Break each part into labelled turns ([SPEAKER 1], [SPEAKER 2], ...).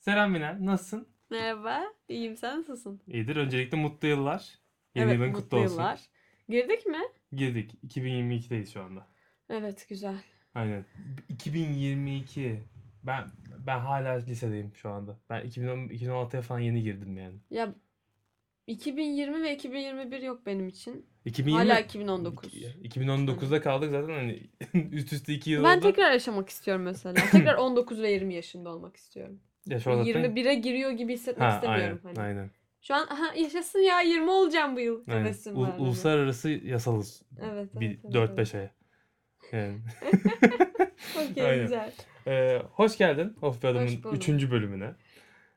[SPEAKER 1] Selam Mine, nasılsın?
[SPEAKER 2] Merhaba, iyiyim sen nasılsın?
[SPEAKER 1] İyidir. Öncelikle mutlu yıllar. Yeni
[SPEAKER 2] evet,
[SPEAKER 1] yılın
[SPEAKER 2] mutlu
[SPEAKER 1] kutlu olsun.
[SPEAKER 2] yıllar. Girdik mi?
[SPEAKER 1] Girdik. 2022'deyiz şu anda.
[SPEAKER 2] Evet, güzel.
[SPEAKER 1] Aynen. 2022. Ben ben hala lisedeyim şu anda. Ben 2010, 2016'ya falan yeni girdim yani.
[SPEAKER 2] Ya 2020 ve 2021 yok benim için.
[SPEAKER 1] 2020
[SPEAKER 2] Hala 2019.
[SPEAKER 1] 2019'da kaldık zaten hani üst üste 2 yıl
[SPEAKER 2] Ben
[SPEAKER 1] oldu.
[SPEAKER 2] tekrar yaşamak istiyorum mesela. Tekrar 19 ve 20 yaşında olmak istiyorum.
[SPEAKER 1] Ya şu an zaten-
[SPEAKER 2] 21'e giriyor gibi hissetmek
[SPEAKER 1] ha,
[SPEAKER 2] istemiyorum
[SPEAKER 1] aynen,
[SPEAKER 2] hani.
[SPEAKER 1] aynen,
[SPEAKER 2] Şu an ha, yaşasın ya 20 olacağım bu yıl
[SPEAKER 1] aynen.
[SPEAKER 2] hevesim
[SPEAKER 1] U-
[SPEAKER 2] var. hani.
[SPEAKER 1] uluslararası yasalız.
[SPEAKER 2] Evet,
[SPEAKER 1] bir
[SPEAKER 2] evet, evet,
[SPEAKER 1] 4-5 aya. Yani.
[SPEAKER 2] Okey,
[SPEAKER 1] Aynen.
[SPEAKER 2] güzel.
[SPEAKER 1] Ee, hoş geldin Of Be
[SPEAKER 2] Hoş
[SPEAKER 1] Adam'ın
[SPEAKER 2] bulduk.
[SPEAKER 1] 3. bölümüne.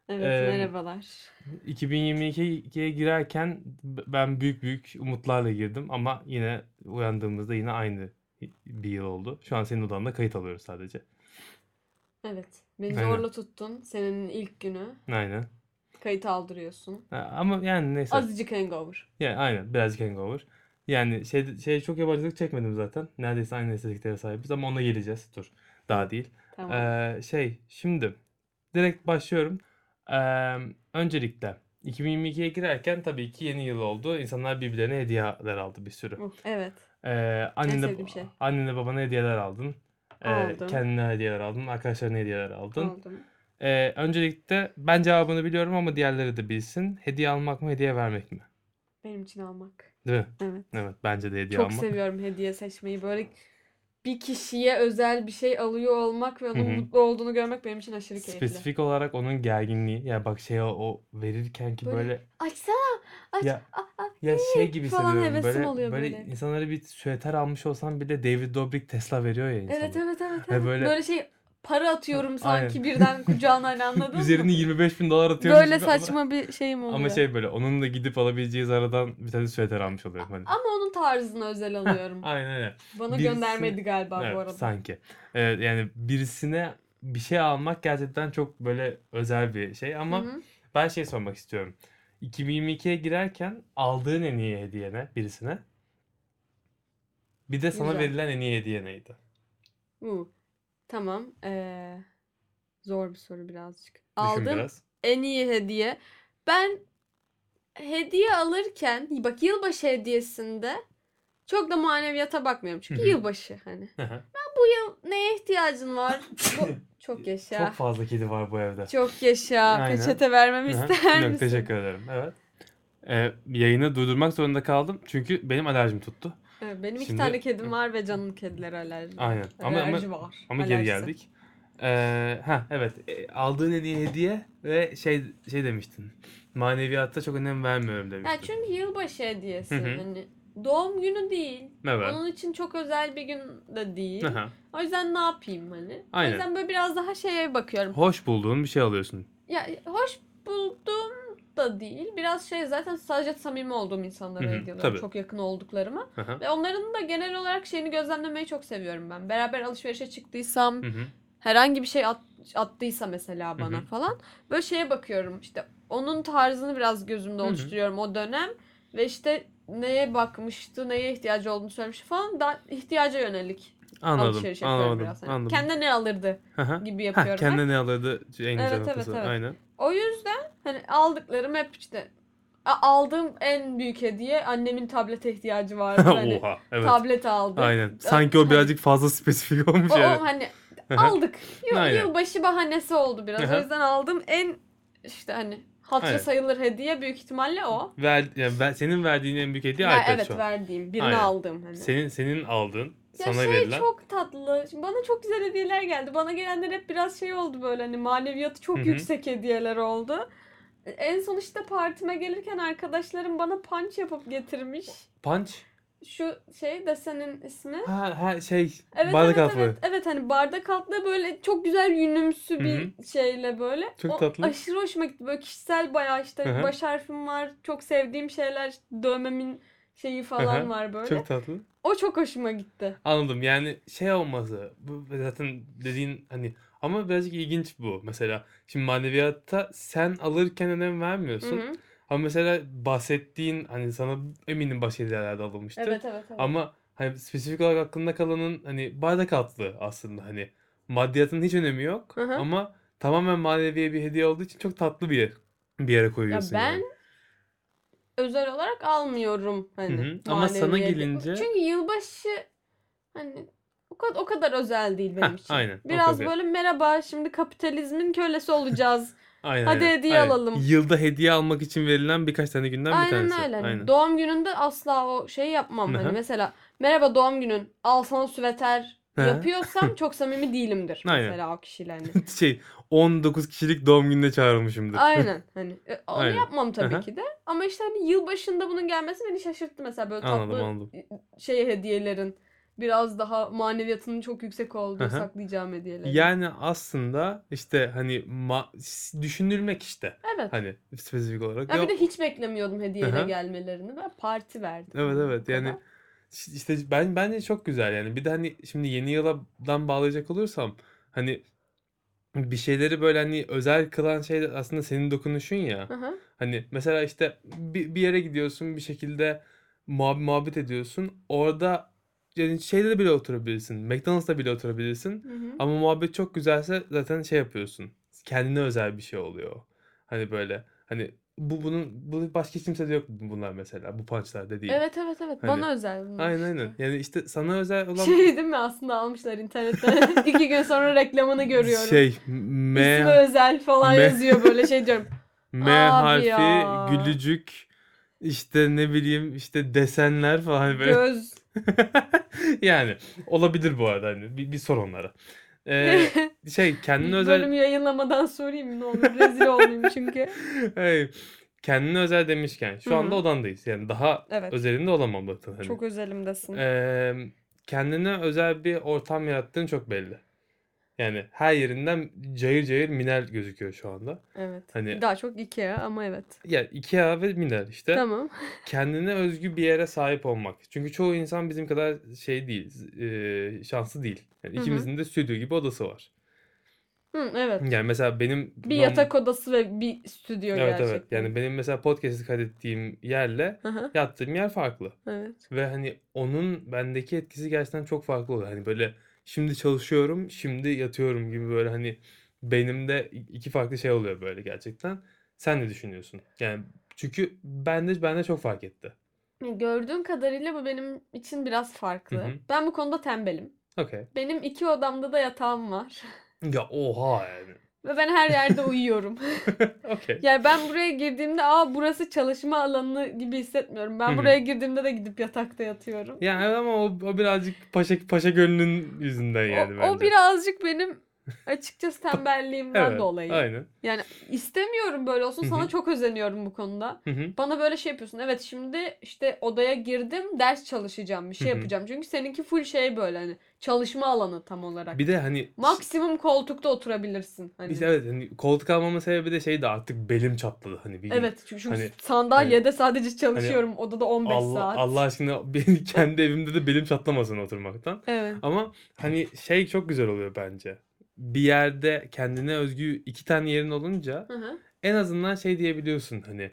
[SPEAKER 2] Evet,
[SPEAKER 1] Ee,
[SPEAKER 2] merhabalar.
[SPEAKER 1] 2022'ye girerken b- ben büyük büyük umutlarla girdim ama yine uyandığımızda yine aynı bir yıl oldu. Şu an senin odanda kayıt alıyoruz sadece.
[SPEAKER 2] Evet, beni
[SPEAKER 1] Aynen.
[SPEAKER 2] zorla tuttun. Senin ilk günü
[SPEAKER 1] Aynen.
[SPEAKER 2] kayıt aldırıyorsun.
[SPEAKER 1] Ha, Ama yani neyse.
[SPEAKER 2] Azıcık hangover.
[SPEAKER 1] Yani aynen birazcık hangover. Yani şey, şey çok yabancılık çekmedim zaten. Neredeyse aynı estetiklere sahibiz ama ona geleceğiz. Dur. Daha değil.
[SPEAKER 2] Tamam.
[SPEAKER 1] Ee, şey şimdi direkt başlıyorum. Ee, öncelikle 2022'ye girerken tabii ki yeni yıl oldu. İnsanlar birbirlerine hediyeler aldı bir sürü.
[SPEAKER 2] Uh, Evet.
[SPEAKER 1] Ee, annenle,
[SPEAKER 2] sevdiğim şey.
[SPEAKER 1] annenle babana hediyeler aldın. Ee,
[SPEAKER 2] Aldım.
[SPEAKER 1] kendine hediyeler aldın. Arkadaşlarına hediyeler aldın.
[SPEAKER 2] Aldım.
[SPEAKER 1] Ee, öncelikle ben cevabını biliyorum ama diğerleri de bilsin. Hediye almak mı hediye vermek mi?
[SPEAKER 2] Benim için almak.
[SPEAKER 1] Değil mi?
[SPEAKER 2] Evet.
[SPEAKER 1] Evet bence de hediye
[SPEAKER 2] Çok
[SPEAKER 1] almak.
[SPEAKER 2] seviyorum hediye seçmeyi. Böyle bir kişiye özel bir şey alıyor olmak ve onun
[SPEAKER 1] Hı hı.
[SPEAKER 2] mutlu olduğunu görmek benim için aşırı keyifli.
[SPEAKER 1] Spesifik olarak onun gerginliği. Ya bak şey o, o verirken ki
[SPEAKER 2] Böyle-
[SPEAKER 1] böyle
[SPEAKER 2] Açsana. Aç.
[SPEAKER 1] Ya-
[SPEAKER 2] Aa, aa.
[SPEAKER 1] ya şey gibi
[SPEAKER 2] falan
[SPEAKER 1] hissediyorum.
[SPEAKER 2] hevesim
[SPEAKER 1] Böyle,
[SPEAKER 2] oluyor
[SPEAKER 1] böyle,
[SPEAKER 2] böyle.
[SPEAKER 1] insanlara bir süeter almış olsan bile David Dobrik Tesla veriyor ya insana.
[SPEAKER 2] Evet evet evet.
[SPEAKER 1] Ha,
[SPEAKER 2] evet.
[SPEAKER 1] böyle-
[SPEAKER 2] Böyle... şey para atıyorum
[SPEAKER 1] Aynen.
[SPEAKER 2] sanki birden kucağına hani anladın mı?
[SPEAKER 1] Üzerine 25 bin dolar atıyormuş
[SPEAKER 2] Böyle
[SPEAKER 1] gibi ama-
[SPEAKER 2] saçma bir şeyim oluyor.
[SPEAKER 1] Ama şey böyle onun da gidip alabileceği zaradan bir tane süeter almış oluyorum. Hani.
[SPEAKER 2] Ama onun tarzını özel alıyorum.
[SPEAKER 1] Aynen öyle.
[SPEAKER 2] Bana
[SPEAKER 1] Birisi-
[SPEAKER 2] göndermedi galiba
[SPEAKER 1] Evet,
[SPEAKER 2] bu arada.
[SPEAKER 1] sanki. Evet, yani birisine bir şey almak gerçekten çok böyle özel bir şey ama
[SPEAKER 2] Hı hı.
[SPEAKER 1] ben şey sormak istiyorum. 2022'ye girerken aldığın en iyi hediye ne birisine? Bir de sana
[SPEAKER 2] Güzel.
[SPEAKER 1] verilen en iyi hediye neydi?
[SPEAKER 2] Uh, Tamam. Ee, zor bir soru birazcık.
[SPEAKER 1] Düşün
[SPEAKER 2] Aldım
[SPEAKER 1] biraz.
[SPEAKER 2] en iyi hediye. Ben hediye alırken bak yılbaşı hediyesinde çok da maneviyata bakmıyorum. Çünkü
[SPEAKER 1] Hı hı.
[SPEAKER 2] yılbaşı hani.
[SPEAKER 1] Hı hı.
[SPEAKER 2] Neye ihtiyacın var? Bu- çok yaşa.
[SPEAKER 1] Çok fazla kedi var bu evde.
[SPEAKER 2] Çok yaşa.
[SPEAKER 1] Aynen.
[SPEAKER 2] Peçete vermemi
[SPEAKER 1] Hı hı.
[SPEAKER 2] ister
[SPEAKER 1] Yok,
[SPEAKER 2] misin?
[SPEAKER 1] teşekkür ederim. Evet. Ee, yayını durdurmak zorunda kaldım çünkü benim alerjim tuttu.
[SPEAKER 2] Evet, benim iki
[SPEAKER 1] Şimdi-
[SPEAKER 2] tane kedim var ve canım kedilere alerji.
[SPEAKER 1] Aynen. Ama ama,
[SPEAKER 2] Alerji var.
[SPEAKER 1] ama geri
[SPEAKER 2] alerjisi.
[SPEAKER 1] geldik. Ee, ha evet. E, aldığın en iyi hediye ve şey şey demiştin. Maneviyatta çok önem vermiyorum demiştin.
[SPEAKER 2] Ya çünkü yılbaşı hediyesi
[SPEAKER 1] Hı hı.
[SPEAKER 2] hani doğum günü değil.
[SPEAKER 1] Evet.
[SPEAKER 2] Onun için çok özel bir gün de değil.
[SPEAKER 1] Aha.
[SPEAKER 2] O yüzden ne yapayım hani?
[SPEAKER 1] Aynen.
[SPEAKER 2] O yüzden böyle biraz daha şeye bakıyorum.
[SPEAKER 1] Hoş bulduğun bir şey alıyorsun.
[SPEAKER 2] Ya hoş bulduğum da değil. Biraz şey zaten sadece samimi olduğum insanlara
[SPEAKER 1] Hı hı,
[SPEAKER 2] hediye ediyorum.
[SPEAKER 1] tabii.
[SPEAKER 2] Çok yakın olduklarıma.
[SPEAKER 1] Aha.
[SPEAKER 2] Ve onların da genel olarak şeyini gözlemlemeyi çok seviyorum ben. Beraber alışverişe çıktıysam,
[SPEAKER 1] Hı hı.
[SPEAKER 2] herhangi bir şey at- attıysa mesela bana
[SPEAKER 1] hı.
[SPEAKER 2] falan. Böyle şeye bakıyorum işte onun tarzını biraz gözümde
[SPEAKER 1] Hı hı.
[SPEAKER 2] oluşturuyorum o dönem. Ve işte neye bakmıştı, neye ihtiyacı olduğunu söylemiş falan. Daha ihtiyaca yönelik
[SPEAKER 1] Anladım.
[SPEAKER 2] alışveriş yapıyorum
[SPEAKER 1] Anladım.
[SPEAKER 2] biraz. Hani
[SPEAKER 1] anladım.
[SPEAKER 2] Kendine ne alırdı
[SPEAKER 1] Aha.
[SPEAKER 2] gibi
[SPEAKER 1] Ha,
[SPEAKER 2] yapıyorum ben.
[SPEAKER 1] kendine ne alırdı en güzel
[SPEAKER 2] Evet, evet,
[SPEAKER 1] noktası.
[SPEAKER 2] evet.
[SPEAKER 1] Aynen.
[SPEAKER 2] O yüzden hani aldıklarım hep işte a- aldığım en büyük hediye annemin tablete ihtiyacı vardı. hani
[SPEAKER 1] Oha. Evet.
[SPEAKER 2] tablet aldı.
[SPEAKER 1] Aynen. Sanki o birazcık fazla spesifik olmuş.
[SPEAKER 2] hani O, o
[SPEAKER 1] yani.
[SPEAKER 2] hani
[SPEAKER 1] Aha.
[SPEAKER 2] aldık. Yıl,
[SPEAKER 1] Aynen.
[SPEAKER 2] yılbaşı bahanesi oldu biraz.
[SPEAKER 1] Aha.
[SPEAKER 2] O yüzden aldım en işte hani hatça
[SPEAKER 1] Aynen.
[SPEAKER 2] sayılır hediye büyük ihtimalle o.
[SPEAKER 1] Ver, yani ver- senin verdiğin en büyük hediye
[SPEAKER 2] Ya
[SPEAKER 1] iPad
[SPEAKER 2] evet
[SPEAKER 1] şu an.
[SPEAKER 2] verdiğim, birini
[SPEAKER 1] Aynen.
[SPEAKER 2] aldım hani.
[SPEAKER 1] Senin senin aldığın,
[SPEAKER 2] Ya
[SPEAKER 1] sana
[SPEAKER 2] şey
[SPEAKER 1] verilen.
[SPEAKER 2] çok tatlı. Şimdi bana çok güzel hediyeler geldi. Bana gelenler hep biraz şey oldu böyle hani maneviyatı çok
[SPEAKER 1] Hı hı.
[SPEAKER 2] yüksek hediyeler oldu. En son işte partime gelirken arkadaşlarım bana punch yapıp getirmiş.
[SPEAKER 1] Punch.
[SPEAKER 2] Şu şey desenin ismi.
[SPEAKER 1] Ha, ha şey.
[SPEAKER 2] Evet
[SPEAKER 1] bardak
[SPEAKER 2] evet
[SPEAKER 1] altı.
[SPEAKER 2] evet. Evet hani bardak altlı böyle çok güzel yünümsü bir şeyle böyle.
[SPEAKER 1] Çok tatlı.
[SPEAKER 2] Aşırı hoşuma gitti. Böyle kişisel bayağı işte
[SPEAKER 1] Hı hı.
[SPEAKER 2] baş harfim var. Çok sevdiğim şeyler işte dövmemin şeyi
[SPEAKER 1] Hı hı.
[SPEAKER 2] falan var böyle.
[SPEAKER 1] Çok tatlı.
[SPEAKER 2] O çok hoşuma gitti.
[SPEAKER 1] Anladım yani şey olması bu zaten dediğin hani ama birazcık ilginç bu mesela şimdi maneviyatta sen alırken önem
[SPEAKER 2] Hı
[SPEAKER 1] vermiyorsun
[SPEAKER 2] hı.
[SPEAKER 1] ama mesela bahsettiğin hani sana eminim başka yerlerde alınmıştır
[SPEAKER 2] Evet evet evet.
[SPEAKER 1] ama hani spesifik olarak aklında kalanın hani bardak altlı aslında hani Maddiyatın hiç önemi yok
[SPEAKER 2] Hı hı.
[SPEAKER 1] ama tamamen maneviye bir hediye olduğu için çok tatlı bir yer. Bir yere koyuyorsun.
[SPEAKER 2] ben
[SPEAKER 1] yani.
[SPEAKER 2] özel olarak almıyorum hani.
[SPEAKER 1] Hı hı. Ama sana
[SPEAKER 2] manevi hediye.
[SPEAKER 1] gelince-
[SPEAKER 2] Çünkü yılbaşı hani o kadar o kadar özel değil benim
[SPEAKER 1] Heh,
[SPEAKER 2] için.
[SPEAKER 1] aynen, o
[SPEAKER 2] Biraz
[SPEAKER 1] kadar.
[SPEAKER 2] böyle merhaba şimdi kapitalizmin kölesi olacağız.
[SPEAKER 1] Aynen,
[SPEAKER 2] Hadi
[SPEAKER 1] aynen,
[SPEAKER 2] hediye
[SPEAKER 1] aynen.
[SPEAKER 2] alalım.
[SPEAKER 1] Yılda hediye almak için verilen birkaç tane günden bir
[SPEAKER 2] aynen
[SPEAKER 1] tanesi.
[SPEAKER 2] öyle. Hani
[SPEAKER 1] Aynen.
[SPEAKER 2] Doğum gününde asla o şeyi yapmam.
[SPEAKER 1] Hı
[SPEAKER 2] Hani
[SPEAKER 1] hı.
[SPEAKER 2] mesela merhaba doğum günün al sana süveter
[SPEAKER 1] Hı hı.
[SPEAKER 2] yapıyorsam çok samimi değilimdir
[SPEAKER 1] Aynen.
[SPEAKER 2] mesela o kişiyle hani.
[SPEAKER 1] şey 19 kişilik doğum gününe çağrılmışımdır.
[SPEAKER 2] Aynen hani e, onu
[SPEAKER 1] Aynen.
[SPEAKER 2] yapmam tabii
[SPEAKER 1] Aha.
[SPEAKER 2] ki de ama işte hani yılbaşında bunun gelmesi beni şaşırttı mesela böyle tatlı
[SPEAKER 1] Anladım, anladım.
[SPEAKER 2] şey hediyelerin biraz daha maneviyatının çok yüksek olduğu
[SPEAKER 1] Aha.
[SPEAKER 2] saklayacağım hediyelerin.
[SPEAKER 1] Yani aslında işte hani ma- s- düşünülmek işte.
[SPEAKER 2] evet.
[SPEAKER 1] Hani spesifik olarak.
[SPEAKER 2] Ya
[SPEAKER 1] Ya-
[SPEAKER 2] bir de hiç beklemiyordum hediyeyle
[SPEAKER 1] Aha.
[SPEAKER 2] gelmelerini. Ben parti verdim.
[SPEAKER 1] Evet
[SPEAKER 2] yani
[SPEAKER 1] evet
[SPEAKER 2] bu
[SPEAKER 1] yani
[SPEAKER 2] kadar.
[SPEAKER 1] şi- işte ben bence çok güzel yani bir de hani şimdi yeni yıldan bağlayacak olursam hani bir şeyleri böyle hani özel kılan şey de aslında senin dokunuşun ya.
[SPEAKER 2] Hı hı.
[SPEAKER 1] Hani mesela işte bir, bir yere gidiyorsun bir şekilde muhab muhabbet ediyorsun. Orada yani şeyde de bile oturabilirsin. McDonald's'ta bile oturabilirsin.
[SPEAKER 2] Hı hı.
[SPEAKER 1] Ama muhabbet çok güzelse zaten şey yapıyorsun. Kendine özel bir şey oluyor. o. Hani böyle hani bu bunun bu başka kimse de yok bunlar mesela. Bu punchlar da değil.
[SPEAKER 2] Evet evet evet.
[SPEAKER 1] Hani-
[SPEAKER 2] Bana özel bunlar
[SPEAKER 1] Aynen
[SPEAKER 2] işte.
[SPEAKER 1] aynen. Yani işte sana özel olan
[SPEAKER 2] Şey değil mi aslında almışlar internetten. İki gün sonra reklamını görüyorum.
[SPEAKER 1] şey
[SPEAKER 2] İsmi
[SPEAKER 1] M
[SPEAKER 2] özel falan
[SPEAKER 1] M-
[SPEAKER 2] yazıyor böyle şey diyorum.
[SPEAKER 1] M
[SPEAKER 2] Abi
[SPEAKER 1] harfi
[SPEAKER 2] ya.
[SPEAKER 1] gülücük işte ne bileyim işte desenler falan böyle.
[SPEAKER 2] Göz.
[SPEAKER 1] yani olabilir bu arada hani bir, bir sor onlara. Ee, şey kendine özel
[SPEAKER 2] Bölümü yayınlamadan sorayım ne olur rezil olmayayım çünkü.
[SPEAKER 1] Hey, kendine özel demişken
[SPEAKER 2] Hı
[SPEAKER 1] şu
[SPEAKER 2] hı.
[SPEAKER 1] anda odandayız. Yani daha
[SPEAKER 2] Evet.
[SPEAKER 1] özelinde olamam zaten hani.
[SPEAKER 2] Çok özelimdesin.
[SPEAKER 1] Ee, kendine özel bir ortam yarattığın çok belli. Yani her yerinden cayır cayır minel gözüküyor şu anda.
[SPEAKER 2] Evet.
[SPEAKER 1] Hani-
[SPEAKER 2] Daha çok Ikea ama evet.
[SPEAKER 1] Ya IKEA ve minel işte.
[SPEAKER 2] Tamam.
[SPEAKER 1] kendine özgü bir yere sahip olmak. Çünkü çoğu insan bizim kadar şey değil, e, şanslı değil. Yani
[SPEAKER 2] Hı hı.
[SPEAKER 1] ikimizin de stüdyo gibi odası var.
[SPEAKER 2] Hı, evet.
[SPEAKER 1] Yani mesela benim
[SPEAKER 2] Bir yatak odası ve bir stüdyo
[SPEAKER 1] Evet
[SPEAKER 2] gerçekten.
[SPEAKER 1] evet. Yani benim mesela podcast'i kaydettiğim yerle
[SPEAKER 2] Aha,
[SPEAKER 1] yattığım yer farklı.
[SPEAKER 2] evet.
[SPEAKER 1] Ve hani onun bendeki etkisi gerçekten çok farklı oluyor. Hani böyle şimdi çalışıyorum, şimdi yatıyorum gibi böyle hani beynimde iki farklı şey oluyor böyle gerçekten. Sen ne düşünüyorsun? Yani çünkü bende bende çok fark etti.
[SPEAKER 2] Gördüğün kadarıyla bu benim için biraz farklı.
[SPEAKER 1] Hı hı.
[SPEAKER 2] Ben bu konuda tembelim.
[SPEAKER 1] Okey.
[SPEAKER 2] Benim iki odamda da yatağım var.
[SPEAKER 1] Ya oha yani.
[SPEAKER 2] Ve ben her yerde uyuyorum.
[SPEAKER 1] Okey.
[SPEAKER 2] Yani ben buraya girdiğimde aa burası çalışma alanı gibi hissetmiyorum.
[SPEAKER 1] Hı
[SPEAKER 2] Ben
[SPEAKER 1] hı.
[SPEAKER 2] buraya girdiğimde de gidip yatakta yatıyorum.
[SPEAKER 1] Yani evet ama o, o birazcık paşa paşa gönlünün yüzünden
[SPEAKER 2] O-
[SPEAKER 1] yani
[SPEAKER 2] o,
[SPEAKER 1] bence.
[SPEAKER 2] birazcık benim açıkçası tembelliğimden
[SPEAKER 1] Evet,
[SPEAKER 2] dolayı.
[SPEAKER 1] Aynen.
[SPEAKER 2] Yani istemiyorum böyle olsun.
[SPEAKER 1] Hı hı.
[SPEAKER 2] Sana çok özeniyorum bu konuda.
[SPEAKER 1] Hı hı.
[SPEAKER 2] Bana böyle şey yapıyorsun. Evet şimdi işte odaya girdim ders çalışacağım bir şey
[SPEAKER 1] Hı hı.
[SPEAKER 2] yapacağım. Çünkü seninki full şey böyle hani çalışma alanı tam olarak.
[SPEAKER 1] Bir de hani
[SPEAKER 2] Maksimum koltukta oturabilirsin. Hani.
[SPEAKER 1] İşte evet hani koltuk almamın sebebi de şeydi artık belim çatladı hani bir gün.
[SPEAKER 2] Evet çünkü çünkü
[SPEAKER 1] Hani-
[SPEAKER 2] sandalyede sadece çalışıyorum. Odada 15
[SPEAKER 1] Allah,
[SPEAKER 2] saat.
[SPEAKER 1] Allah aşkına benim kendi evimde de belim çatlamasın oturmaktan.
[SPEAKER 2] Evet.
[SPEAKER 1] Ama hani şey çok güzel oluyor bence. Bir yerde kendine özgü iki tane yerin olunca
[SPEAKER 2] Hı hı.
[SPEAKER 1] en azından şey diyebiliyorsun hani.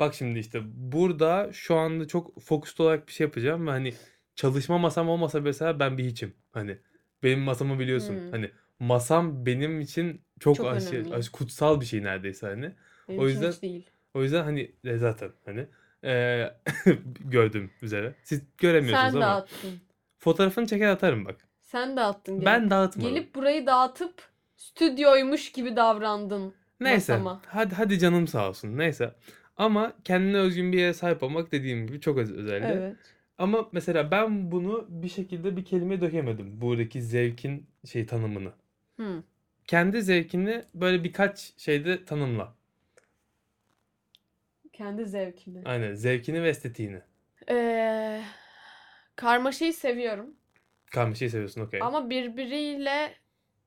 [SPEAKER 1] Bak şimdi işte burada şu anda çok fokuslu olarak bir şey yapacağım ve hani çalışma masam olmasa mesela ben bir hiçim. Hani benim masamı biliyorsun.
[SPEAKER 2] Hmm.
[SPEAKER 1] Hani masam benim için çok,
[SPEAKER 2] Çok
[SPEAKER 1] aş-
[SPEAKER 2] önemli.
[SPEAKER 1] aş- kutsal bir şey neredeyse hani.
[SPEAKER 2] Benim
[SPEAKER 1] O
[SPEAKER 2] için
[SPEAKER 1] yüzden-
[SPEAKER 2] hiç değil.
[SPEAKER 1] O yüzden hani e, zaten hani e, gördüğüm üzere. Siz göremiyorsunuz
[SPEAKER 2] Sen
[SPEAKER 1] ama
[SPEAKER 2] dağıttın.
[SPEAKER 1] fotoğrafını çeker atarım bak.
[SPEAKER 2] Sen dağıttın. gelip.
[SPEAKER 1] Ben dağıtmadım.
[SPEAKER 2] Gelip burayı dağıtıp stüdyoymuş gibi davrandın.
[SPEAKER 1] Neyse.
[SPEAKER 2] masama.
[SPEAKER 1] Hadi hadi canım sağ olsun. Neyse. Ama kendine özgün bir yere sahip olmak dediğim gibi çok öz- özeldi.
[SPEAKER 2] Evet.
[SPEAKER 1] Ama mesela ben bunu bir şekilde bir kelimeye dökemedim. Buradaki zevkin şey tanımını.
[SPEAKER 2] Hı.
[SPEAKER 1] Kendi zevkini böyle birkaç şeyde tanımla.
[SPEAKER 2] Kendi zevkimi.
[SPEAKER 1] Aynen zevkini ve estetiğini.
[SPEAKER 2] Ee, karmaşayı seviyorum.
[SPEAKER 1] Karmaşayı şey seviyorsun okey.
[SPEAKER 2] Ama birbiriyle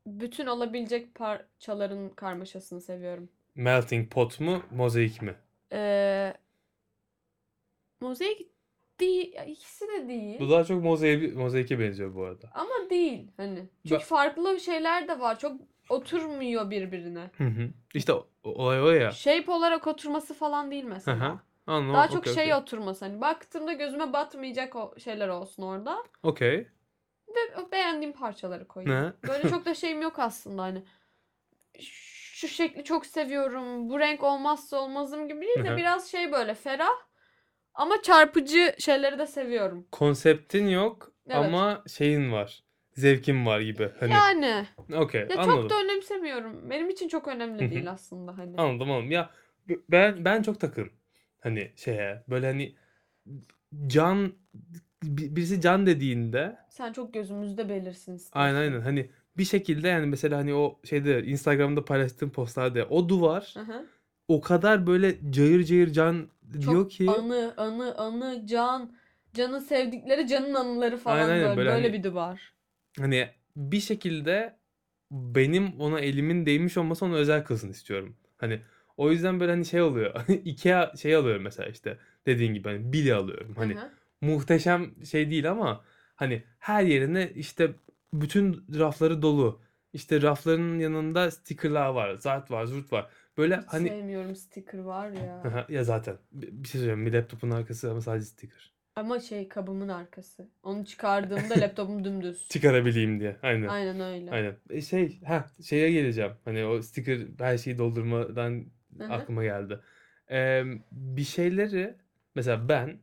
[SPEAKER 2] bütün olabilecek parçaların karmaşasını seviyorum.
[SPEAKER 1] Melting pot mu mozaik mi?
[SPEAKER 2] Ee, mozaik değil. ya ikisi de değil.
[SPEAKER 1] Bu daha çok mozaik, mozaike benziyor bu arada.
[SPEAKER 2] Ama değil hani. Çünkü
[SPEAKER 1] Ben-
[SPEAKER 2] farklı şeyler de var. Çok oturmuyor birbirine.
[SPEAKER 1] Hı hı. İşte o- olay o ya.
[SPEAKER 2] Shape olarak oturması falan değil mesela.
[SPEAKER 1] Aha. Anladım.
[SPEAKER 2] Daha çok
[SPEAKER 1] okey,
[SPEAKER 2] şey
[SPEAKER 1] okey.
[SPEAKER 2] oturması. Hani baktığımda gözüme batmayacak o şeyler olsun orada.
[SPEAKER 1] Okey.
[SPEAKER 2] Ve beğendiğim parçaları koyayım.
[SPEAKER 1] Ne?
[SPEAKER 2] Böyle çok da şeyim yok aslında hani. Şu şekli çok seviyorum. Bu renk olmazsa olmazım gibi değil
[SPEAKER 1] Hı
[SPEAKER 2] de
[SPEAKER 1] hı.
[SPEAKER 2] biraz şey böyle ferah ama çarpıcı şeyleri de seviyorum.
[SPEAKER 1] Konseptin yok
[SPEAKER 2] Evet.
[SPEAKER 1] ama şeyin var. Zevkin var gibi. Hani
[SPEAKER 2] Yani
[SPEAKER 1] okey
[SPEAKER 2] ya
[SPEAKER 1] anladım.
[SPEAKER 2] çok da önemsemiyorum. Benim için çok
[SPEAKER 1] Hı hı.
[SPEAKER 2] önemli değil aslında hani.
[SPEAKER 1] Anladım anladım. Ya b- ben ben çok takım. Hani şeye böyle hani can bi- birisi can dediğinde
[SPEAKER 2] Sen çok gözümüzde belirsin istiyorsun.
[SPEAKER 1] aynen aynen hani bir şekilde yani mesela hani o şeyde Instagram'da paylaştığım postlarda o duvar
[SPEAKER 2] Hı hı.
[SPEAKER 1] o kadar böyle cayır cayır can
[SPEAKER 2] Çok
[SPEAKER 1] diyor ki
[SPEAKER 2] anı, anı, anı, can, canın sevdikleri, canın anıları falan
[SPEAKER 1] Aynen, aynen.
[SPEAKER 2] böyle.
[SPEAKER 1] Böyle
[SPEAKER 2] Böyle,
[SPEAKER 1] hani-
[SPEAKER 2] bir duvar.
[SPEAKER 1] hani bir şekilde benim ona elimin değmiş olması onu özel kılsın istiyorum. Hani o yüzden böyle hani şey oluyor. Ikea şey alıyorum mesela işte dediğin gibi hani bile alıyorum. Hani
[SPEAKER 2] Hı hı.
[SPEAKER 1] muhteşem şey değil ama hani her yerine işte bütün rafları dolu. İşte rafların yanında stickerlar var, zart var, zurt var. Böyle
[SPEAKER 2] Hiç
[SPEAKER 1] hani
[SPEAKER 2] sevmiyorum sticker var ya.
[SPEAKER 1] Aha, ya zaten bir bir şey söyleyeyim mi? Laptopun arkası ama sadece sticker.
[SPEAKER 2] Ama şey kabımın arkası. Onu çıkardığımda laptopum dümdüz.
[SPEAKER 1] Çıkarabileyim diye. Aynen.
[SPEAKER 2] Aynen öyle.
[SPEAKER 1] Aynen. E şey, ha şeye geleceğim. Hani o sticker her şeyi doldurmadan
[SPEAKER 2] Hı hı.
[SPEAKER 1] aklıma geldi. Ee, bir şeyleri mesela ben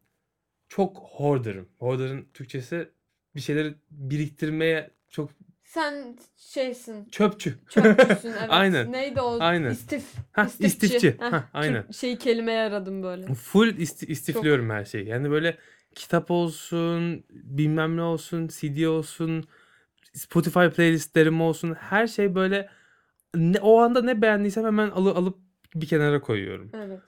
[SPEAKER 1] çok hoarder'ım. Hoarder'ın Türkçesi bir şeyleri biriktirmeye çok
[SPEAKER 2] Sen şeysin.
[SPEAKER 1] çöpçü.
[SPEAKER 2] Çöpçüsün evet.
[SPEAKER 1] Aynen.
[SPEAKER 2] Neydi o?
[SPEAKER 1] Aynen.
[SPEAKER 2] İstif.
[SPEAKER 1] Ha,
[SPEAKER 2] istifçi.
[SPEAKER 1] istifçi.
[SPEAKER 2] Heh,
[SPEAKER 1] Ha, aynen.
[SPEAKER 2] Türk şeyi kelimeye aradım böyle.
[SPEAKER 1] Full isti- istifliyorum her şeyi. Yani böyle kitap olsun, bilmem ne olsun, CD olsun, Spotify playlistlerim olsun. Her şey böyle ne, o anda ne beğendiysem hemen alı, alıp bir kenara koyuyorum.
[SPEAKER 2] Evet.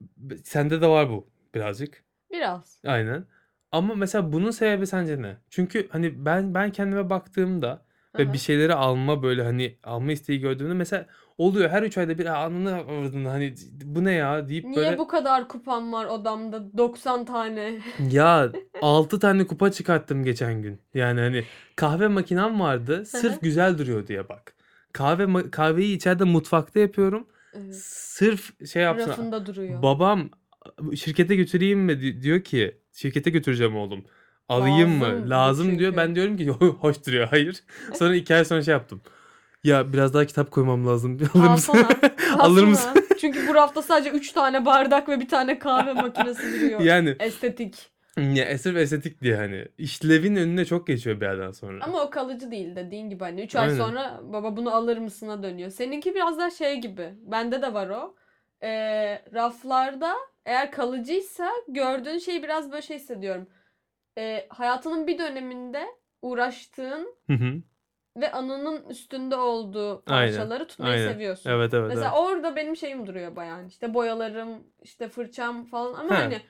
[SPEAKER 1] Be- Sende de var bu birazcık.
[SPEAKER 2] Biraz.
[SPEAKER 1] Aynen. Ama mesela bunun sebebi sence ne? Çünkü hani ben ben kendime baktığımda
[SPEAKER 2] Hı
[SPEAKER 1] ve
[SPEAKER 2] hı.
[SPEAKER 1] bir şeyleri alma böyle hani alma isteği gördüğümde mesela oluyor her üç ayda bir "Aa, anını avradını hani bu ne ya deyip
[SPEAKER 2] Niye
[SPEAKER 1] şey böyle
[SPEAKER 2] bu kadar kupam var odamda? 90 tane.
[SPEAKER 1] Ya 6 tane kupa çıkarttım geçen gün. Yani hani kahve makinem vardı. Sırf
[SPEAKER 2] hı.
[SPEAKER 1] güzel duruyor diye bak. Kahve ma- kahveyi içeride mutfakta yapıyorum.
[SPEAKER 2] Evet.
[SPEAKER 1] Sırf şey yapsın.
[SPEAKER 2] Rafında duruyor.
[SPEAKER 1] Babam şirkete götüreyim mi di- diyor ki şirkete götüreceğim oğlum. Alayım
[SPEAKER 2] Lazım
[SPEAKER 1] mı? Lazım diyor.
[SPEAKER 2] çünkü.
[SPEAKER 1] Ben diyorum ki hoş duruyor. Hayır. Sonra iki ay sonra şey yaptım. Ya biraz daha kitap koymam lazım. Alır mısın?
[SPEAKER 2] Alsana,
[SPEAKER 1] Alır
[SPEAKER 2] Alsana.
[SPEAKER 1] mısın?
[SPEAKER 2] Çünkü bu rafta sadece 3 tane bardak ve bir tane kahve makinesi duruyor.
[SPEAKER 1] Yani
[SPEAKER 2] Estetik.
[SPEAKER 1] ya, sırf estetik diye hani. işlevin önüne çok geçiyor bir yerden sonra.
[SPEAKER 2] Ama o kalıcı değil dediğin gibi hani 3 ay
[SPEAKER 1] Aynen.
[SPEAKER 2] sonra baba bunu alır mısına dönüyor. Seninki biraz daha şey gibi. Bende de var o. Ee, raflarda eğer kalıcıysa gördüğün şeyi biraz böyle şey hissediyorum. Ee, hayatının bir döneminde uğraştığın
[SPEAKER 1] Hı hı.
[SPEAKER 2] ve anının üstünde olduğu
[SPEAKER 1] Aynen,
[SPEAKER 2] parçaları tutmayı
[SPEAKER 1] aynen.
[SPEAKER 2] seviyorsun.
[SPEAKER 1] Evet evet.
[SPEAKER 2] Mesela
[SPEAKER 1] evet.
[SPEAKER 2] orada benim şeyim duruyor bayağı. İşte boyalarım, işte fırçam falan ama
[SPEAKER 1] Ha.
[SPEAKER 2] hani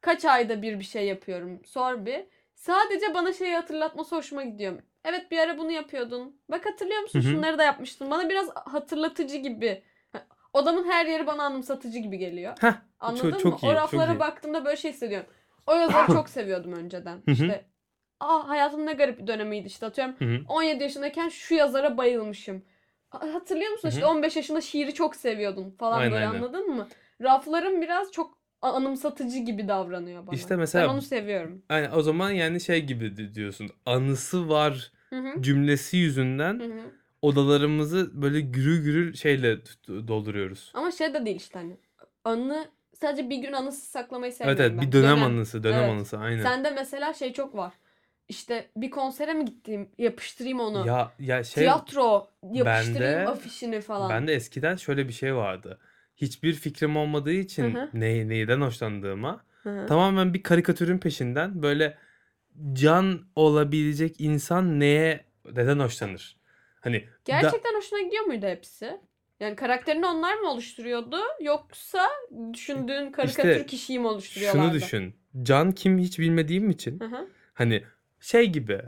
[SPEAKER 2] kaç ayda bir bir şey yapıyorum. Sor bir. Sadece bana şeyi hatırlatması hoşuma gidiyor. Evet bir ara bunu yapıyordun. Bak hatırlıyor musun?
[SPEAKER 1] Hı hı.
[SPEAKER 2] Şunları da yapmıştın. Bana biraz hatırlatıcı gibi. Ha, Odamın her yeri bana anımsatıcı gibi geliyor.
[SPEAKER 1] Heh,
[SPEAKER 2] Anladın
[SPEAKER 1] çok,
[SPEAKER 2] mı?
[SPEAKER 1] çok iyi.
[SPEAKER 2] o raflara
[SPEAKER 1] çok iyi.
[SPEAKER 2] baktığımda böyle şey hissediyorum. O yazarı çok seviyordum önceden.
[SPEAKER 1] hı.
[SPEAKER 2] İşte aa hayatımın ne garip bir dönemiydi işte atıyorum.
[SPEAKER 1] Hı hı.
[SPEAKER 2] 17 yaşındayken şu yazara bayılmışım. Ha- Hatırlıyor musun
[SPEAKER 1] Hı hı.
[SPEAKER 2] işte 15 yaşında şiiri çok seviyordun falan
[SPEAKER 1] Aynen,
[SPEAKER 2] böyle
[SPEAKER 1] aynen.
[SPEAKER 2] anladın mı? Raflarım biraz çok a- anımsatıcı gibi davranıyor bana.
[SPEAKER 1] İşte mesela-
[SPEAKER 2] Ben onu seviyorum.
[SPEAKER 1] Yani o zaman yani şey gibi di- diyorsun. Anısı var
[SPEAKER 2] Hı hı.
[SPEAKER 1] cümlesi yüzünden
[SPEAKER 2] Hı hı.
[SPEAKER 1] odalarımızı böyle gürül gürül şeyle t- t- dolduruyoruz.
[SPEAKER 2] Ama şey de değil işte hani anı sadece bir gün anısı saklamayı
[SPEAKER 1] Evet
[SPEAKER 2] sevmiyorum
[SPEAKER 1] evet
[SPEAKER 2] ben.
[SPEAKER 1] bir dönem anısı, dönem
[SPEAKER 2] Evet.
[SPEAKER 1] anısı aynen.
[SPEAKER 2] Sende mesela şey çok var. İşte bir konsere mi gittiğim yapıştırayım onu.
[SPEAKER 1] Ya ya şey
[SPEAKER 2] Tiyatro yapıştırayım
[SPEAKER 1] Bende-
[SPEAKER 2] afişini falan.
[SPEAKER 1] ben de eskiden şöyle bir şey vardı. Hiçbir fikrim olmadığı için
[SPEAKER 2] Hı hı.
[SPEAKER 1] ne, neyden hoşlandığıma
[SPEAKER 2] Hı hı.
[SPEAKER 1] tamamen bir karikatürün peşinden böyle can olabilecek insan neye neden hoşlanır? Hani da-
[SPEAKER 2] Gerçekten hoşuna gidiyor muydu hepsi? Yani karakterini onlar mı oluşturuyordu yoksa düşündüğün karikatür
[SPEAKER 1] İşte
[SPEAKER 2] kişiyi mi oluşturuyorlardı?
[SPEAKER 1] Şunu düşün. Can kim hiç bilmediğim için
[SPEAKER 2] Hı hı.
[SPEAKER 1] hani şey gibi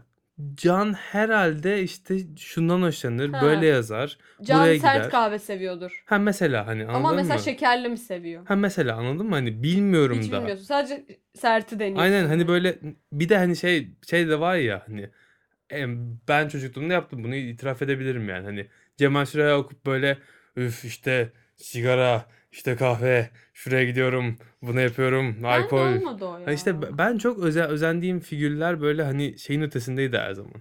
[SPEAKER 1] Can herhalde işte şundan hoşlanır,
[SPEAKER 2] Ha.
[SPEAKER 1] böyle yazar.
[SPEAKER 2] Can
[SPEAKER 1] Buraya
[SPEAKER 2] sert
[SPEAKER 1] gider.
[SPEAKER 2] kahve seviyordur.
[SPEAKER 1] Ha mesela hani anladın
[SPEAKER 2] Ama mesela
[SPEAKER 1] mı?
[SPEAKER 2] şekerli mi seviyor?
[SPEAKER 1] Ha mesela anladın mı? Hani bilmiyorum
[SPEAKER 2] Hiç
[SPEAKER 1] da.
[SPEAKER 2] bilmiyorsun. Sadece serti deniyorsun.
[SPEAKER 1] Aynen hani böyle bir de hani şey şey de var ya hani em, ben çocukluğumda yaptım bunu itiraf edebilirim yani. Hani Cemal Süreya okup böyle üf işte sigara işte kahve, şuraya gidiyorum, bunu yapıyorum,
[SPEAKER 2] Ben de
[SPEAKER 1] alkol.
[SPEAKER 2] olmadı o ya.
[SPEAKER 1] Ha işte be- ben çok öze- özendiğim figürler böyle hani şeyin ötesindeydi her zaman.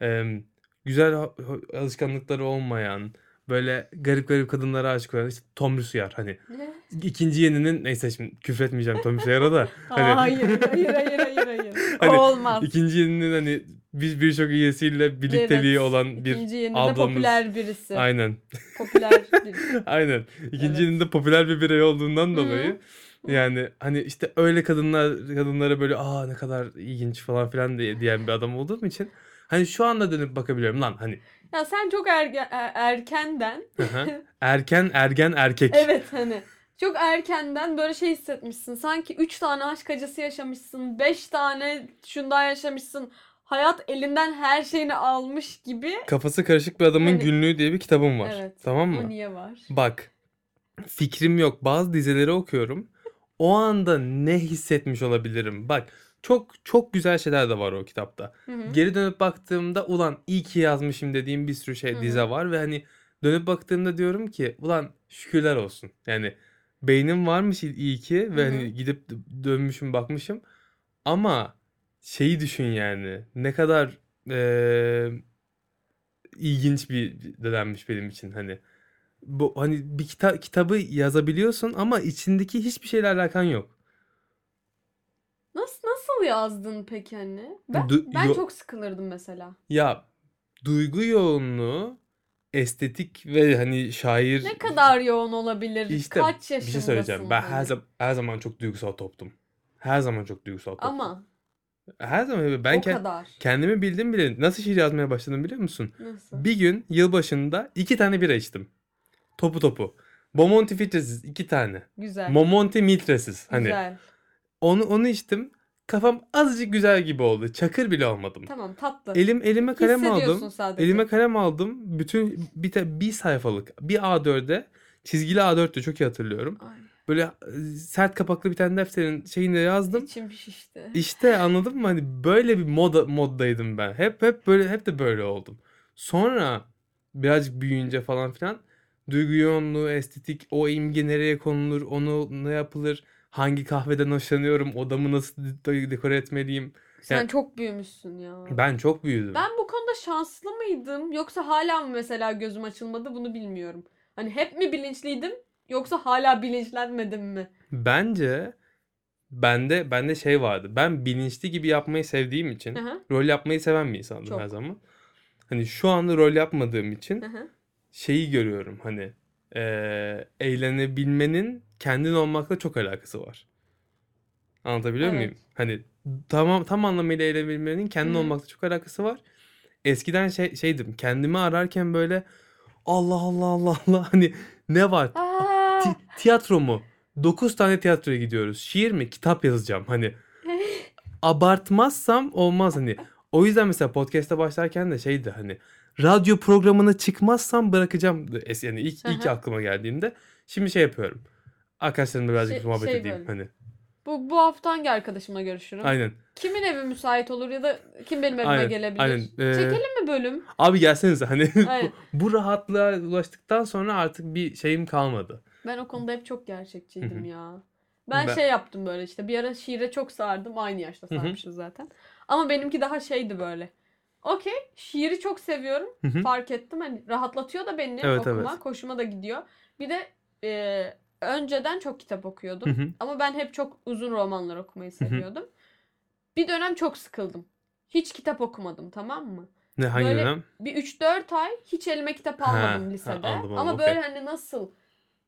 [SPEAKER 1] Em, güzel ho- ho- alışkanlıkları olmayan, böyle garip garip kadınlara aşık olan işte Tomris Sawyer hani
[SPEAKER 2] Ne?
[SPEAKER 1] ikinci yeninin neyse şimdi küfretmeyeceğim Tomris Sawyer'a da Hani-
[SPEAKER 2] Hayır, hayır, hayır, hayır, hayır.
[SPEAKER 1] Hani
[SPEAKER 2] Olmaz.
[SPEAKER 1] ikinci yeninin hani bir birçok üyesiyle birlikteliği
[SPEAKER 2] Evet.
[SPEAKER 1] olan bir
[SPEAKER 2] İkinci yeninde
[SPEAKER 1] ablamız.
[SPEAKER 2] popüler birisi.
[SPEAKER 1] aynen
[SPEAKER 2] Popüler birisi.
[SPEAKER 1] Aynen. İkinci
[SPEAKER 2] Evet.
[SPEAKER 1] yılında popüler bir birey olduğundan
[SPEAKER 2] Hı.
[SPEAKER 1] dolayı yani hani işte öyle kadınlar kadınlara böyle aa ne kadar ilginç falan filan diye diyen bir adam olduğum için hani şu anda dönüp bakabiliyorum lan hani
[SPEAKER 2] Ya sen çok erge, e- erkenden,
[SPEAKER 1] hı hı. erken ergen erkek.
[SPEAKER 2] evet hani çok erkenden böyle şey hissetmişsin. Sanki 3 tane aşk acısı yaşamışsın, 5 tane şundan yaşamışsın. Hayat elinden her şeyini almış gibi.
[SPEAKER 1] Kafası karışık bir adamın
[SPEAKER 2] Yani-
[SPEAKER 1] günlüğü diye bir kitabım var.
[SPEAKER 2] Evet.
[SPEAKER 1] Tamam
[SPEAKER 2] O
[SPEAKER 1] mı?
[SPEAKER 2] niye var?
[SPEAKER 1] Bak fikrim yok. Bazı dizeleri okuyorum. O anda ne hissetmiş olabilirim? Bak çok çok güzel şeyler de var o kitapta.
[SPEAKER 2] Hı hı.
[SPEAKER 1] Geri dönüp baktığımda ulan iyi ki yazmışım dediğim bir sürü şey
[SPEAKER 2] Hı hı.
[SPEAKER 1] dize var ve hani dönüp baktığımda diyorum ki ulan şükürler olsun. Yani beynim varmış i- iyi ki ve
[SPEAKER 2] Hı hı.
[SPEAKER 1] hani gidip d- dönmüşüm bakmışım ama şeyi düşün yani ne kadar eee, ilginç bir dönemmiş benim için hani. Bu hani bir kita- kitabı yazabiliyorsun ama içindeki hiçbir şeyle alakan yok.
[SPEAKER 2] Nasıl nasıl yazdın peki anne? Ben,
[SPEAKER 1] Du-
[SPEAKER 2] ben
[SPEAKER 1] yo-
[SPEAKER 2] çok sıkılırdım mesela.
[SPEAKER 1] Ya duygu yoğunluğu estetik ve hani şair
[SPEAKER 2] Ne kadar yoğun olabilir?
[SPEAKER 1] İşte
[SPEAKER 2] Kaç
[SPEAKER 1] bir
[SPEAKER 2] yaşındasın?
[SPEAKER 1] şey söyleyeceğim. Ben her
[SPEAKER 2] hani?
[SPEAKER 1] zaman her zaman çok duygusal toptum. Her zaman çok duygusal toptum.
[SPEAKER 2] Ama
[SPEAKER 1] her zaman ben
[SPEAKER 2] o
[SPEAKER 1] ke-
[SPEAKER 2] kadar.
[SPEAKER 1] kendimi bildim bile nasıl şiir yazmaya başladım biliyor musun?
[SPEAKER 2] Nasıl?
[SPEAKER 1] Bir gün yılbaşında iki tane bira içtim. Topu topu. Bomonti filtresiz iki tane.
[SPEAKER 2] Güzel.
[SPEAKER 1] Momonti miltresiz. Hani
[SPEAKER 2] Güzel.
[SPEAKER 1] onu onu içtim. Kafam azıcık güzel gibi oldu. Çakır bile olmadım.
[SPEAKER 2] Tamam tatlı.
[SPEAKER 1] Elim elime kalem aldım.
[SPEAKER 2] Hissediyorsun sadece.
[SPEAKER 1] Elime kalem aldım. Bütün bir, te- bir sayfalık bir A4'e çizgili A4'tü çok iyi hatırlıyorum.
[SPEAKER 2] Ay,
[SPEAKER 1] Böyle e, sert kapaklı bir tane defterin şeyini yazdım.
[SPEAKER 2] içim şişti.
[SPEAKER 1] İşte anladın mı? Hani böyle bir moda moddaydım ben. Hep hep böyle hep de böyle oldum. Sonra birazcık büyüyünce falan filan duygu yoğunluğu, estetik, o imge nereye konulur, onu ne yapılır, hangi kahveden hoşlanıyorum, odamı nasıl de- dekore etmeliyim.
[SPEAKER 2] Sen
[SPEAKER 1] Yani-
[SPEAKER 2] çok büyümüşsün ya.
[SPEAKER 1] Ben çok büyüdüm.
[SPEAKER 2] Ben bu konuda şanslı mıydım yoksa hala mı mesela gözüm açılmadı bunu bilmiyorum. Hani hep mi bilinçliydim yoksa hala bilinçlenmedim mi?
[SPEAKER 1] Bence bende bende şey vardı. Ben bilinçli gibi yapmayı sevdiğim için
[SPEAKER 2] Hı hı,
[SPEAKER 1] rol yapmayı seven bir insandım
[SPEAKER 2] Çok.
[SPEAKER 1] her zaman. Hani şu anda rol yapmadığım için
[SPEAKER 2] hı hı.
[SPEAKER 1] şeyi görüyorum hani eee, eğlenebilmenin kendin olmakla çok alakası var. Anlatabiliyor
[SPEAKER 2] Evet.
[SPEAKER 1] muyum? Hani tamam tam anlamıyla eğlenebilmenin kendin
[SPEAKER 2] Hı hı.
[SPEAKER 1] olmakla çok alakası var. Eskiden şey, şeydim kendimi ararken böyle Allah Allah Allah Allah hani ne var?
[SPEAKER 2] Aa,
[SPEAKER 1] Ti- tiyatro mu? 9 tane tiyatroya gidiyoruz. Şiir mi? Kitap yazacağım. Hani abartmazsam olmaz hani. O yüzden mesela podcast'e başlarken de şeydi hani radyo programına çıkmazsam bırakacağım. Es- Yani ilk, ilk
[SPEAKER 2] Aha.
[SPEAKER 1] aklıma geldiğinde şimdi şey yapıyorum. Arkadaşlarımla birazcık
[SPEAKER 2] Şey-
[SPEAKER 1] muhabbet
[SPEAKER 2] şey
[SPEAKER 1] edeyim
[SPEAKER 2] böyle.
[SPEAKER 1] hani.
[SPEAKER 2] bu, bu hafta hangi arkadaşımla görüşürüm?
[SPEAKER 1] Aynen.
[SPEAKER 2] Kimin evi müsait olur ya da kim benim evime
[SPEAKER 1] Aynen,
[SPEAKER 2] gelebilir?
[SPEAKER 1] aynen. Ee,
[SPEAKER 2] Çekelim mi bölüm?
[SPEAKER 1] Abi gelsenize hani
[SPEAKER 2] Aynen.
[SPEAKER 1] bu, bu rahatlığa ulaştıktan sonra artık bir şeyim kalmadı.
[SPEAKER 2] Ben o konuda hep çok
[SPEAKER 1] Hı
[SPEAKER 2] gerçekçiydim ya.
[SPEAKER 1] Ben-
[SPEAKER 2] Ben, şey yaptım böyle işte bir ara şiire çok sardım. Aynı yaşta
[SPEAKER 1] hı.
[SPEAKER 2] sarmışız zaten. Ama benimki daha şeydi böyle. Okey şiiri çok seviyorum.
[SPEAKER 1] Hı hı.
[SPEAKER 2] Fark ettim hani rahatlatıyor da beni
[SPEAKER 1] Evet,
[SPEAKER 2] okuma.
[SPEAKER 1] evet.
[SPEAKER 2] Koşuma da gidiyor. Bir de e, önceden çok kitap okuyordum.
[SPEAKER 1] Hı hı.
[SPEAKER 2] Ama ben hep çok uzun romanlar okumayı
[SPEAKER 1] Hı hı.
[SPEAKER 2] seviyordum. Bir dönem çok sıkıldım. Hiç kitap okumadım tamam mı?
[SPEAKER 1] Ne hangi
[SPEAKER 2] Böyle
[SPEAKER 1] dönem?
[SPEAKER 2] bir 3-4 ay hiç elime kitap
[SPEAKER 1] Ha,
[SPEAKER 2] almadım
[SPEAKER 1] ha,
[SPEAKER 2] lisede.
[SPEAKER 1] aldım, aldım,
[SPEAKER 2] Ama
[SPEAKER 1] okey.
[SPEAKER 2] böyle hani nasıl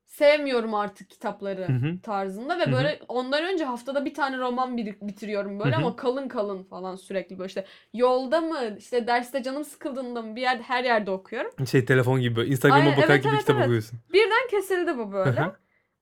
[SPEAKER 2] sevmiyorum artık kitapları
[SPEAKER 1] Hı hı.
[SPEAKER 2] tarzında ve
[SPEAKER 1] Hı hı.
[SPEAKER 2] böyle ondan önce haftada bir tane roman bir- bitiriyorum böyle
[SPEAKER 1] Hı hı.
[SPEAKER 2] ama kalın kalın falan sürekli böyle işte yolda mı işte derste canım sıkıldığında mı bir yerde her yerde okuyorum.
[SPEAKER 1] Şey telefon gibi böyle, Instagram'a
[SPEAKER 2] Aynen,
[SPEAKER 1] bakar
[SPEAKER 2] evet,
[SPEAKER 1] gibi
[SPEAKER 2] evet,
[SPEAKER 1] kitap
[SPEAKER 2] evet.
[SPEAKER 1] okuyorsun.
[SPEAKER 2] Birden kesildi bu
[SPEAKER 1] Hı
[SPEAKER 2] böyle.
[SPEAKER 1] hı.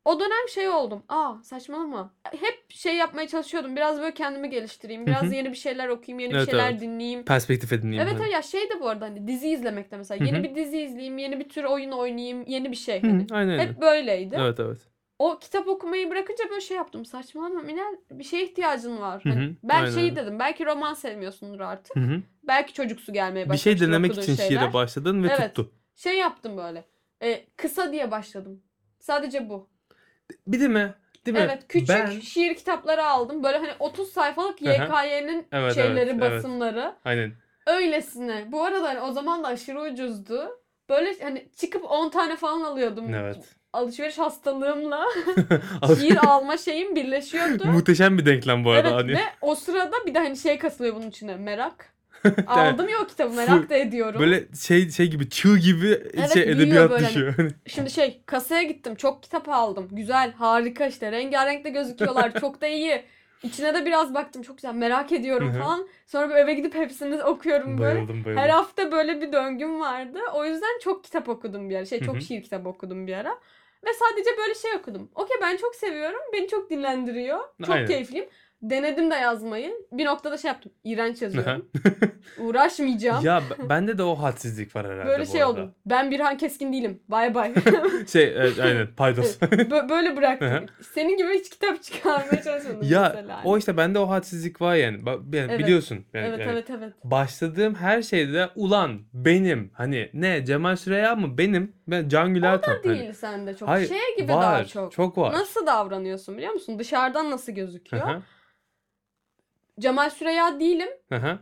[SPEAKER 2] O dönem şey oldum. Aa saçmalama. Hep şey yapmaya çalışıyordum. Biraz böyle kendimi geliştireyim.
[SPEAKER 1] Hı
[SPEAKER 2] Biraz
[SPEAKER 1] hı.
[SPEAKER 2] yeni bir şeyler okuyayım. Yeni
[SPEAKER 1] Evet,
[SPEAKER 2] bir şeyler
[SPEAKER 1] evet.
[SPEAKER 2] dinleyeyim.
[SPEAKER 1] Perspektif edineyim.
[SPEAKER 2] Evet
[SPEAKER 1] hani.
[SPEAKER 2] evet ya şey de bu arada hani dizi izlemekte mesela.
[SPEAKER 1] Hı
[SPEAKER 2] Yeni
[SPEAKER 1] hı.
[SPEAKER 2] bir dizi izleyeyim, yeni bir tür oyun oynayayım, yeni bir şey.
[SPEAKER 1] Hı,
[SPEAKER 2] Hani
[SPEAKER 1] aynen. öyle.
[SPEAKER 2] hep böyleydi.
[SPEAKER 1] Evet evet.
[SPEAKER 2] O kitap okumayı bırakınca böyle şey yaptım. Saçmalama Minel bir şeye ihtiyacın var.
[SPEAKER 1] Hı hı,
[SPEAKER 2] Hani ben
[SPEAKER 1] aynen
[SPEAKER 2] şeyi
[SPEAKER 1] öyle.
[SPEAKER 2] dedim. Belki roman sevmiyorsundur artık.
[SPEAKER 1] Hı hı.
[SPEAKER 2] Belki çocuksu gelmeye
[SPEAKER 1] Bir şey
[SPEAKER 2] başlamıştır
[SPEAKER 1] denemek
[SPEAKER 2] okuduğun
[SPEAKER 1] için
[SPEAKER 2] şeyler.
[SPEAKER 1] şiire başladın ve
[SPEAKER 2] Evet.
[SPEAKER 1] tuttu.
[SPEAKER 2] Şey yaptım böyle. E, kısa diye başladım. Sadece bu.
[SPEAKER 1] Bir de mi? Değil mi?
[SPEAKER 2] Evet küçük
[SPEAKER 1] Ben
[SPEAKER 2] şiir kitapları aldım. Böyle hani 30 sayfalık
[SPEAKER 1] Hı hı.
[SPEAKER 2] YKY'nin
[SPEAKER 1] Evet, evet,
[SPEAKER 2] şeyleri,
[SPEAKER 1] evet.
[SPEAKER 2] basımları.
[SPEAKER 1] aynen
[SPEAKER 2] Öylesine. Bu arada hani o zaman da aşırı ucuzdu. Böyle hani çıkıp 10 tane falan alıyordum.
[SPEAKER 1] evet.
[SPEAKER 2] Alışveriş hastalığımla
[SPEAKER 1] Abi,
[SPEAKER 2] şiir alma şeyim birleşiyordu.
[SPEAKER 1] Muhteşem bir denklem bu arada.
[SPEAKER 2] evet
[SPEAKER 1] hani.
[SPEAKER 2] ve o sırada bir de hani şey kasılıyor bunun içine merak. Aldım ya o kitabı merak da ediyorum.
[SPEAKER 1] Böyle şey şey gibi çığ gibi şey
[SPEAKER 2] büyüyor
[SPEAKER 1] edebiyat
[SPEAKER 2] böyle. hani.
[SPEAKER 1] düşüyor.
[SPEAKER 2] Şimdi şey kasaya gittim çok kitap aldım. Güzel harika işte rengarenk de gözüküyorlar çok da iyi. İçine de biraz baktım çok güzel merak ediyorum
[SPEAKER 1] Hı hı.
[SPEAKER 2] falan. Sonra böyle eve gidip hepsini okuyorum böyle.
[SPEAKER 1] bayıldım bayıldım.
[SPEAKER 2] Her hafta böyle bir döngüm vardı. O yüzden çok kitap okudum bir ara. Şey
[SPEAKER 1] Hı
[SPEAKER 2] çok
[SPEAKER 1] hı.
[SPEAKER 2] şiir kitabı okudum bir ara. Ve sadece böyle şey okudum. Okey ben çok seviyorum. Beni çok dinlendiriyor. Çok
[SPEAKER 1] Aynen.
[SPEAKER 2] keyifliyim. Denedim de yazmayı. Bir noktada şey yaptım. İğrenç yazıyorum.
[SPEAKER 1] Aha.
[SPEAKER 2] Uğraşmayacağım.
[SPEAKER 1] ya b- bende de o hadsizlik var herhalde
[SPEAKER 2] böyle
[SPEAKER 1] bu
[SPEAKER 2] şey
[SPEAKER 1] arada.
[SPEAKER 2] oldum. Ben bir han keskin değilim. Bay bay.
[SPEAKER 1] Şey evet, aynen paydos.
[SPEAKER 2] Bö- böyle
[SPEAKER 1] Hı
[SPEAKER 2] bıraktım.
[SPEAKER 1] hı.
[SPEAKER 2] Senin gibi hiç kitap çıkarmaya çalışmadım
[SPEAKER 1] Ya,
[SPEAKER 2] mesela.
[SPEAKER 1] o işte bende o hadsizlik var yani. Ba- yani
[SPEAKER 2] Evet.
[SPEAKER 1] Biliyorsun. Yani,
[SPEAKER 2] evet
[SPEAKER 1] yani
[SPEAKER 2] evet evet.
[SPEAKER 1] Başladığım her şeyde ulan benim hani ne Cemal Süreya mı benim ben Can Güler Tan. hani.
[SPEAKER 2] Değil sende çok.
[SPEAKER 1] Hayır,
[SPEAKER 2] şey gibi
[SPEAKER 1] var,
[SPEAKER 2] daha çok.
[SPEAKER 1] var.
[SPEAKER 2] Nasıl davranıyorsun biliyor musun? Dışarıdan nasıl
[SPEAKER 1] Hı
[SPEAKER 2] gözüküyor?
[SPEAKER 1] hı,
[SPEAKER 2] Cemal Süreya değilim
[SPEAKER 1] hı hı,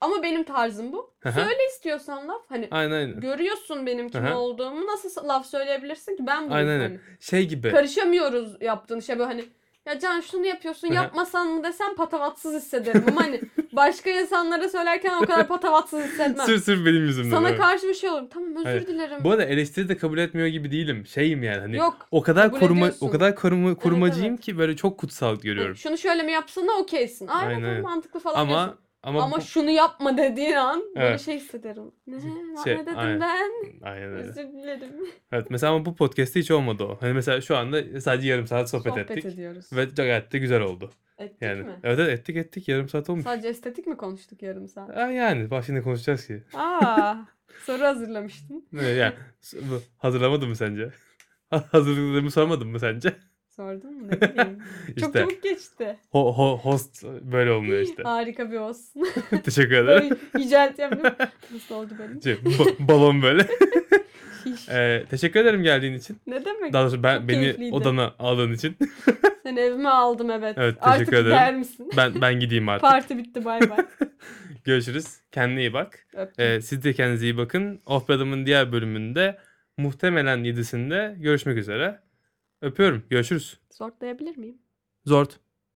[SPEAKER 2] ama benim tarzım bu.
[SPEAKER 1] hı hı.
[SPEAKER 2] Söyle istiyorsan laf. Hani
[SPEAKER 1] Aynen aynen.
[SPEAKER 2] görüyorsun benim kim
[SPEAKER 1] Hı hı.
[SPEAKER 2] olduğumu. Nasıl laf söyleyebilirsin ki? Ben bunu
[SPEAKER 1] Aynen öyle.
[SPEAKER 2] hani.
[SPEAKER 1] Şey gibi.
[SPEAKER 2] Karışamıyoruz yaptığın şey böyle hani ya Can şunu yapıyorsun
[SPEAKER 1] Hı hı.
[SPEAKER 2] yapmasan mı desem patavatsız hissederim ama hani başka insanlara söylerken o kadar patavatsız hissetmem.
[SPEAKER 1] Sırf sırf benim yüzümden.
[SPEAKER 2] Sana
[SPEAKER 1] evet.
[SPEAKER 2] karşı bir şey olur. Tamam özür
[SPEAKER 1] Hayır.
[SPEAKER 2] dilerim.
[SPEAKER 1] Bu arada eleştiri de kabul etmiyor gibi değilim. Şeyim yani hani
[SPEAKER 2] Yok.
[SPEAKER 1] o kadar
[SPEAKER 2] kabul
[SPEAKER 1] koruma
[SPEAKER 2] ediyorsun.
[SPEAKER 1] o kadar koruma korumacıyım
[SPEAKER 2] evet.
[SPEAKER 1] ki böyle çok kutsal görüyorum.
[SPEAKER 2] Hani şunu şöyle mi yapsana okeysin. Aynen,
[SPEAKER 1] Aynen
[SPEAKER 2] tamam,
[SPEAKER 1] öyle.
[SPEAKER 2] mantıklı falan
[SPEAKER 1] ama,
[SPEAKER 2] diyorsun.
[SPEAKER 1] ama
[SPEAKER 2] Ama
[SPEAKER 1] bu-
[SPEAKER 2] şunu yapma dediğin an böyle
[SPEAKER 1] Evet.
[SPEAKER 2] şey hissederim. Ne,
[SPEAKER 1] Şey,
[SPEAKER 2] ne dedim
[SPEAKER 1] aynen.
[SPEAKER 2] ben?
[SPEAKER 1] aynen öyle.
[SPEAKER 2] Özür dilerim.
[SPEAKER 1] Evet mesela ama bu podcast'te hiç olmadı o. Hani mesela şu anda sadece yarım saat sohbet,
[SPEAKER 2] Sohbet
[SPEAKER 1] ettik
[SPEAKER 2] ediyoruz.
[SPEAKER 1] ve gayet de güzel oldu.
[SPEAKER 2] Ettik
[SPEAKER 1] Yani
[SPEAKER 2] mi?
[SPEAKER 1] evet evet ettik ettik yarım saat olmuş.
[SPEAKER 2] Sadece estetik mi konuştuk yarım saat?
[SPEAKER 1] Ha, yani bak şimdi konuşacağız ki.
[SPEAKER 2] Aa, soru hazırlamıştım.
[SPEAKER 1] Ne, Yani bu- hazırlamadın mı sence? Hazırlıklarımı sormadın mı sence?
[SPEAKER 2] Sordun mu? Ne bileyim. Çok
[SPEAKER 1] işte
[SPEAKER 2] çabuk geçti.
[SPEAKER 1] ho- ho- host böyle olmuyor işte.
[SPEAKER 2] Harika bir olsun.
[SPEAKER 1] Teşekkür ederim.
[SPEAKER 2] böyle yücelteceğim değil mi? Nasıl oldu benim?
[SPEAKER 1] Şey, ba- balon böyle.
[SPEAKER 2] Hiç.
[SPEAKER 1] Ee, teşekkür ederim geldiğin için.
[SPEAKER 2] ne demek?
[SPEAKER 1] Daha doğrusu ben
[SPEAKER 2] Çok
[SPEAKER 1] beni
[SPEAKER 2] keyifliydi.
[SPEAKER 1] odana aldığın için.
[SPEAKER 2] Sen evime aldım evet.
[SPEAKER 1] Evet, teşekkür
[SPEAKER 2] Artık
[SPEAKER 1] ederim.
[SPEAKER 2] gider misin?
[SPEAKER 1] Ben ben gideyim artık.
[SPEAKER 2] Parti bitti bay bay.
[SPEAKER 1] Görüşürüz. Kendine iyi bak.
[SPEAKER 2] Öptüm.
[SPEAKER 1] Ee, siz de kendinize iyi bakın. Off Adam'ın diğer bölümünde muhtemelen 7'sinde görüşmek üzere. Öpüyorum. Görüşürüz.
[SPEAKER 2] Sortlayabilir miyim?
[SPEAKER 1] Zort.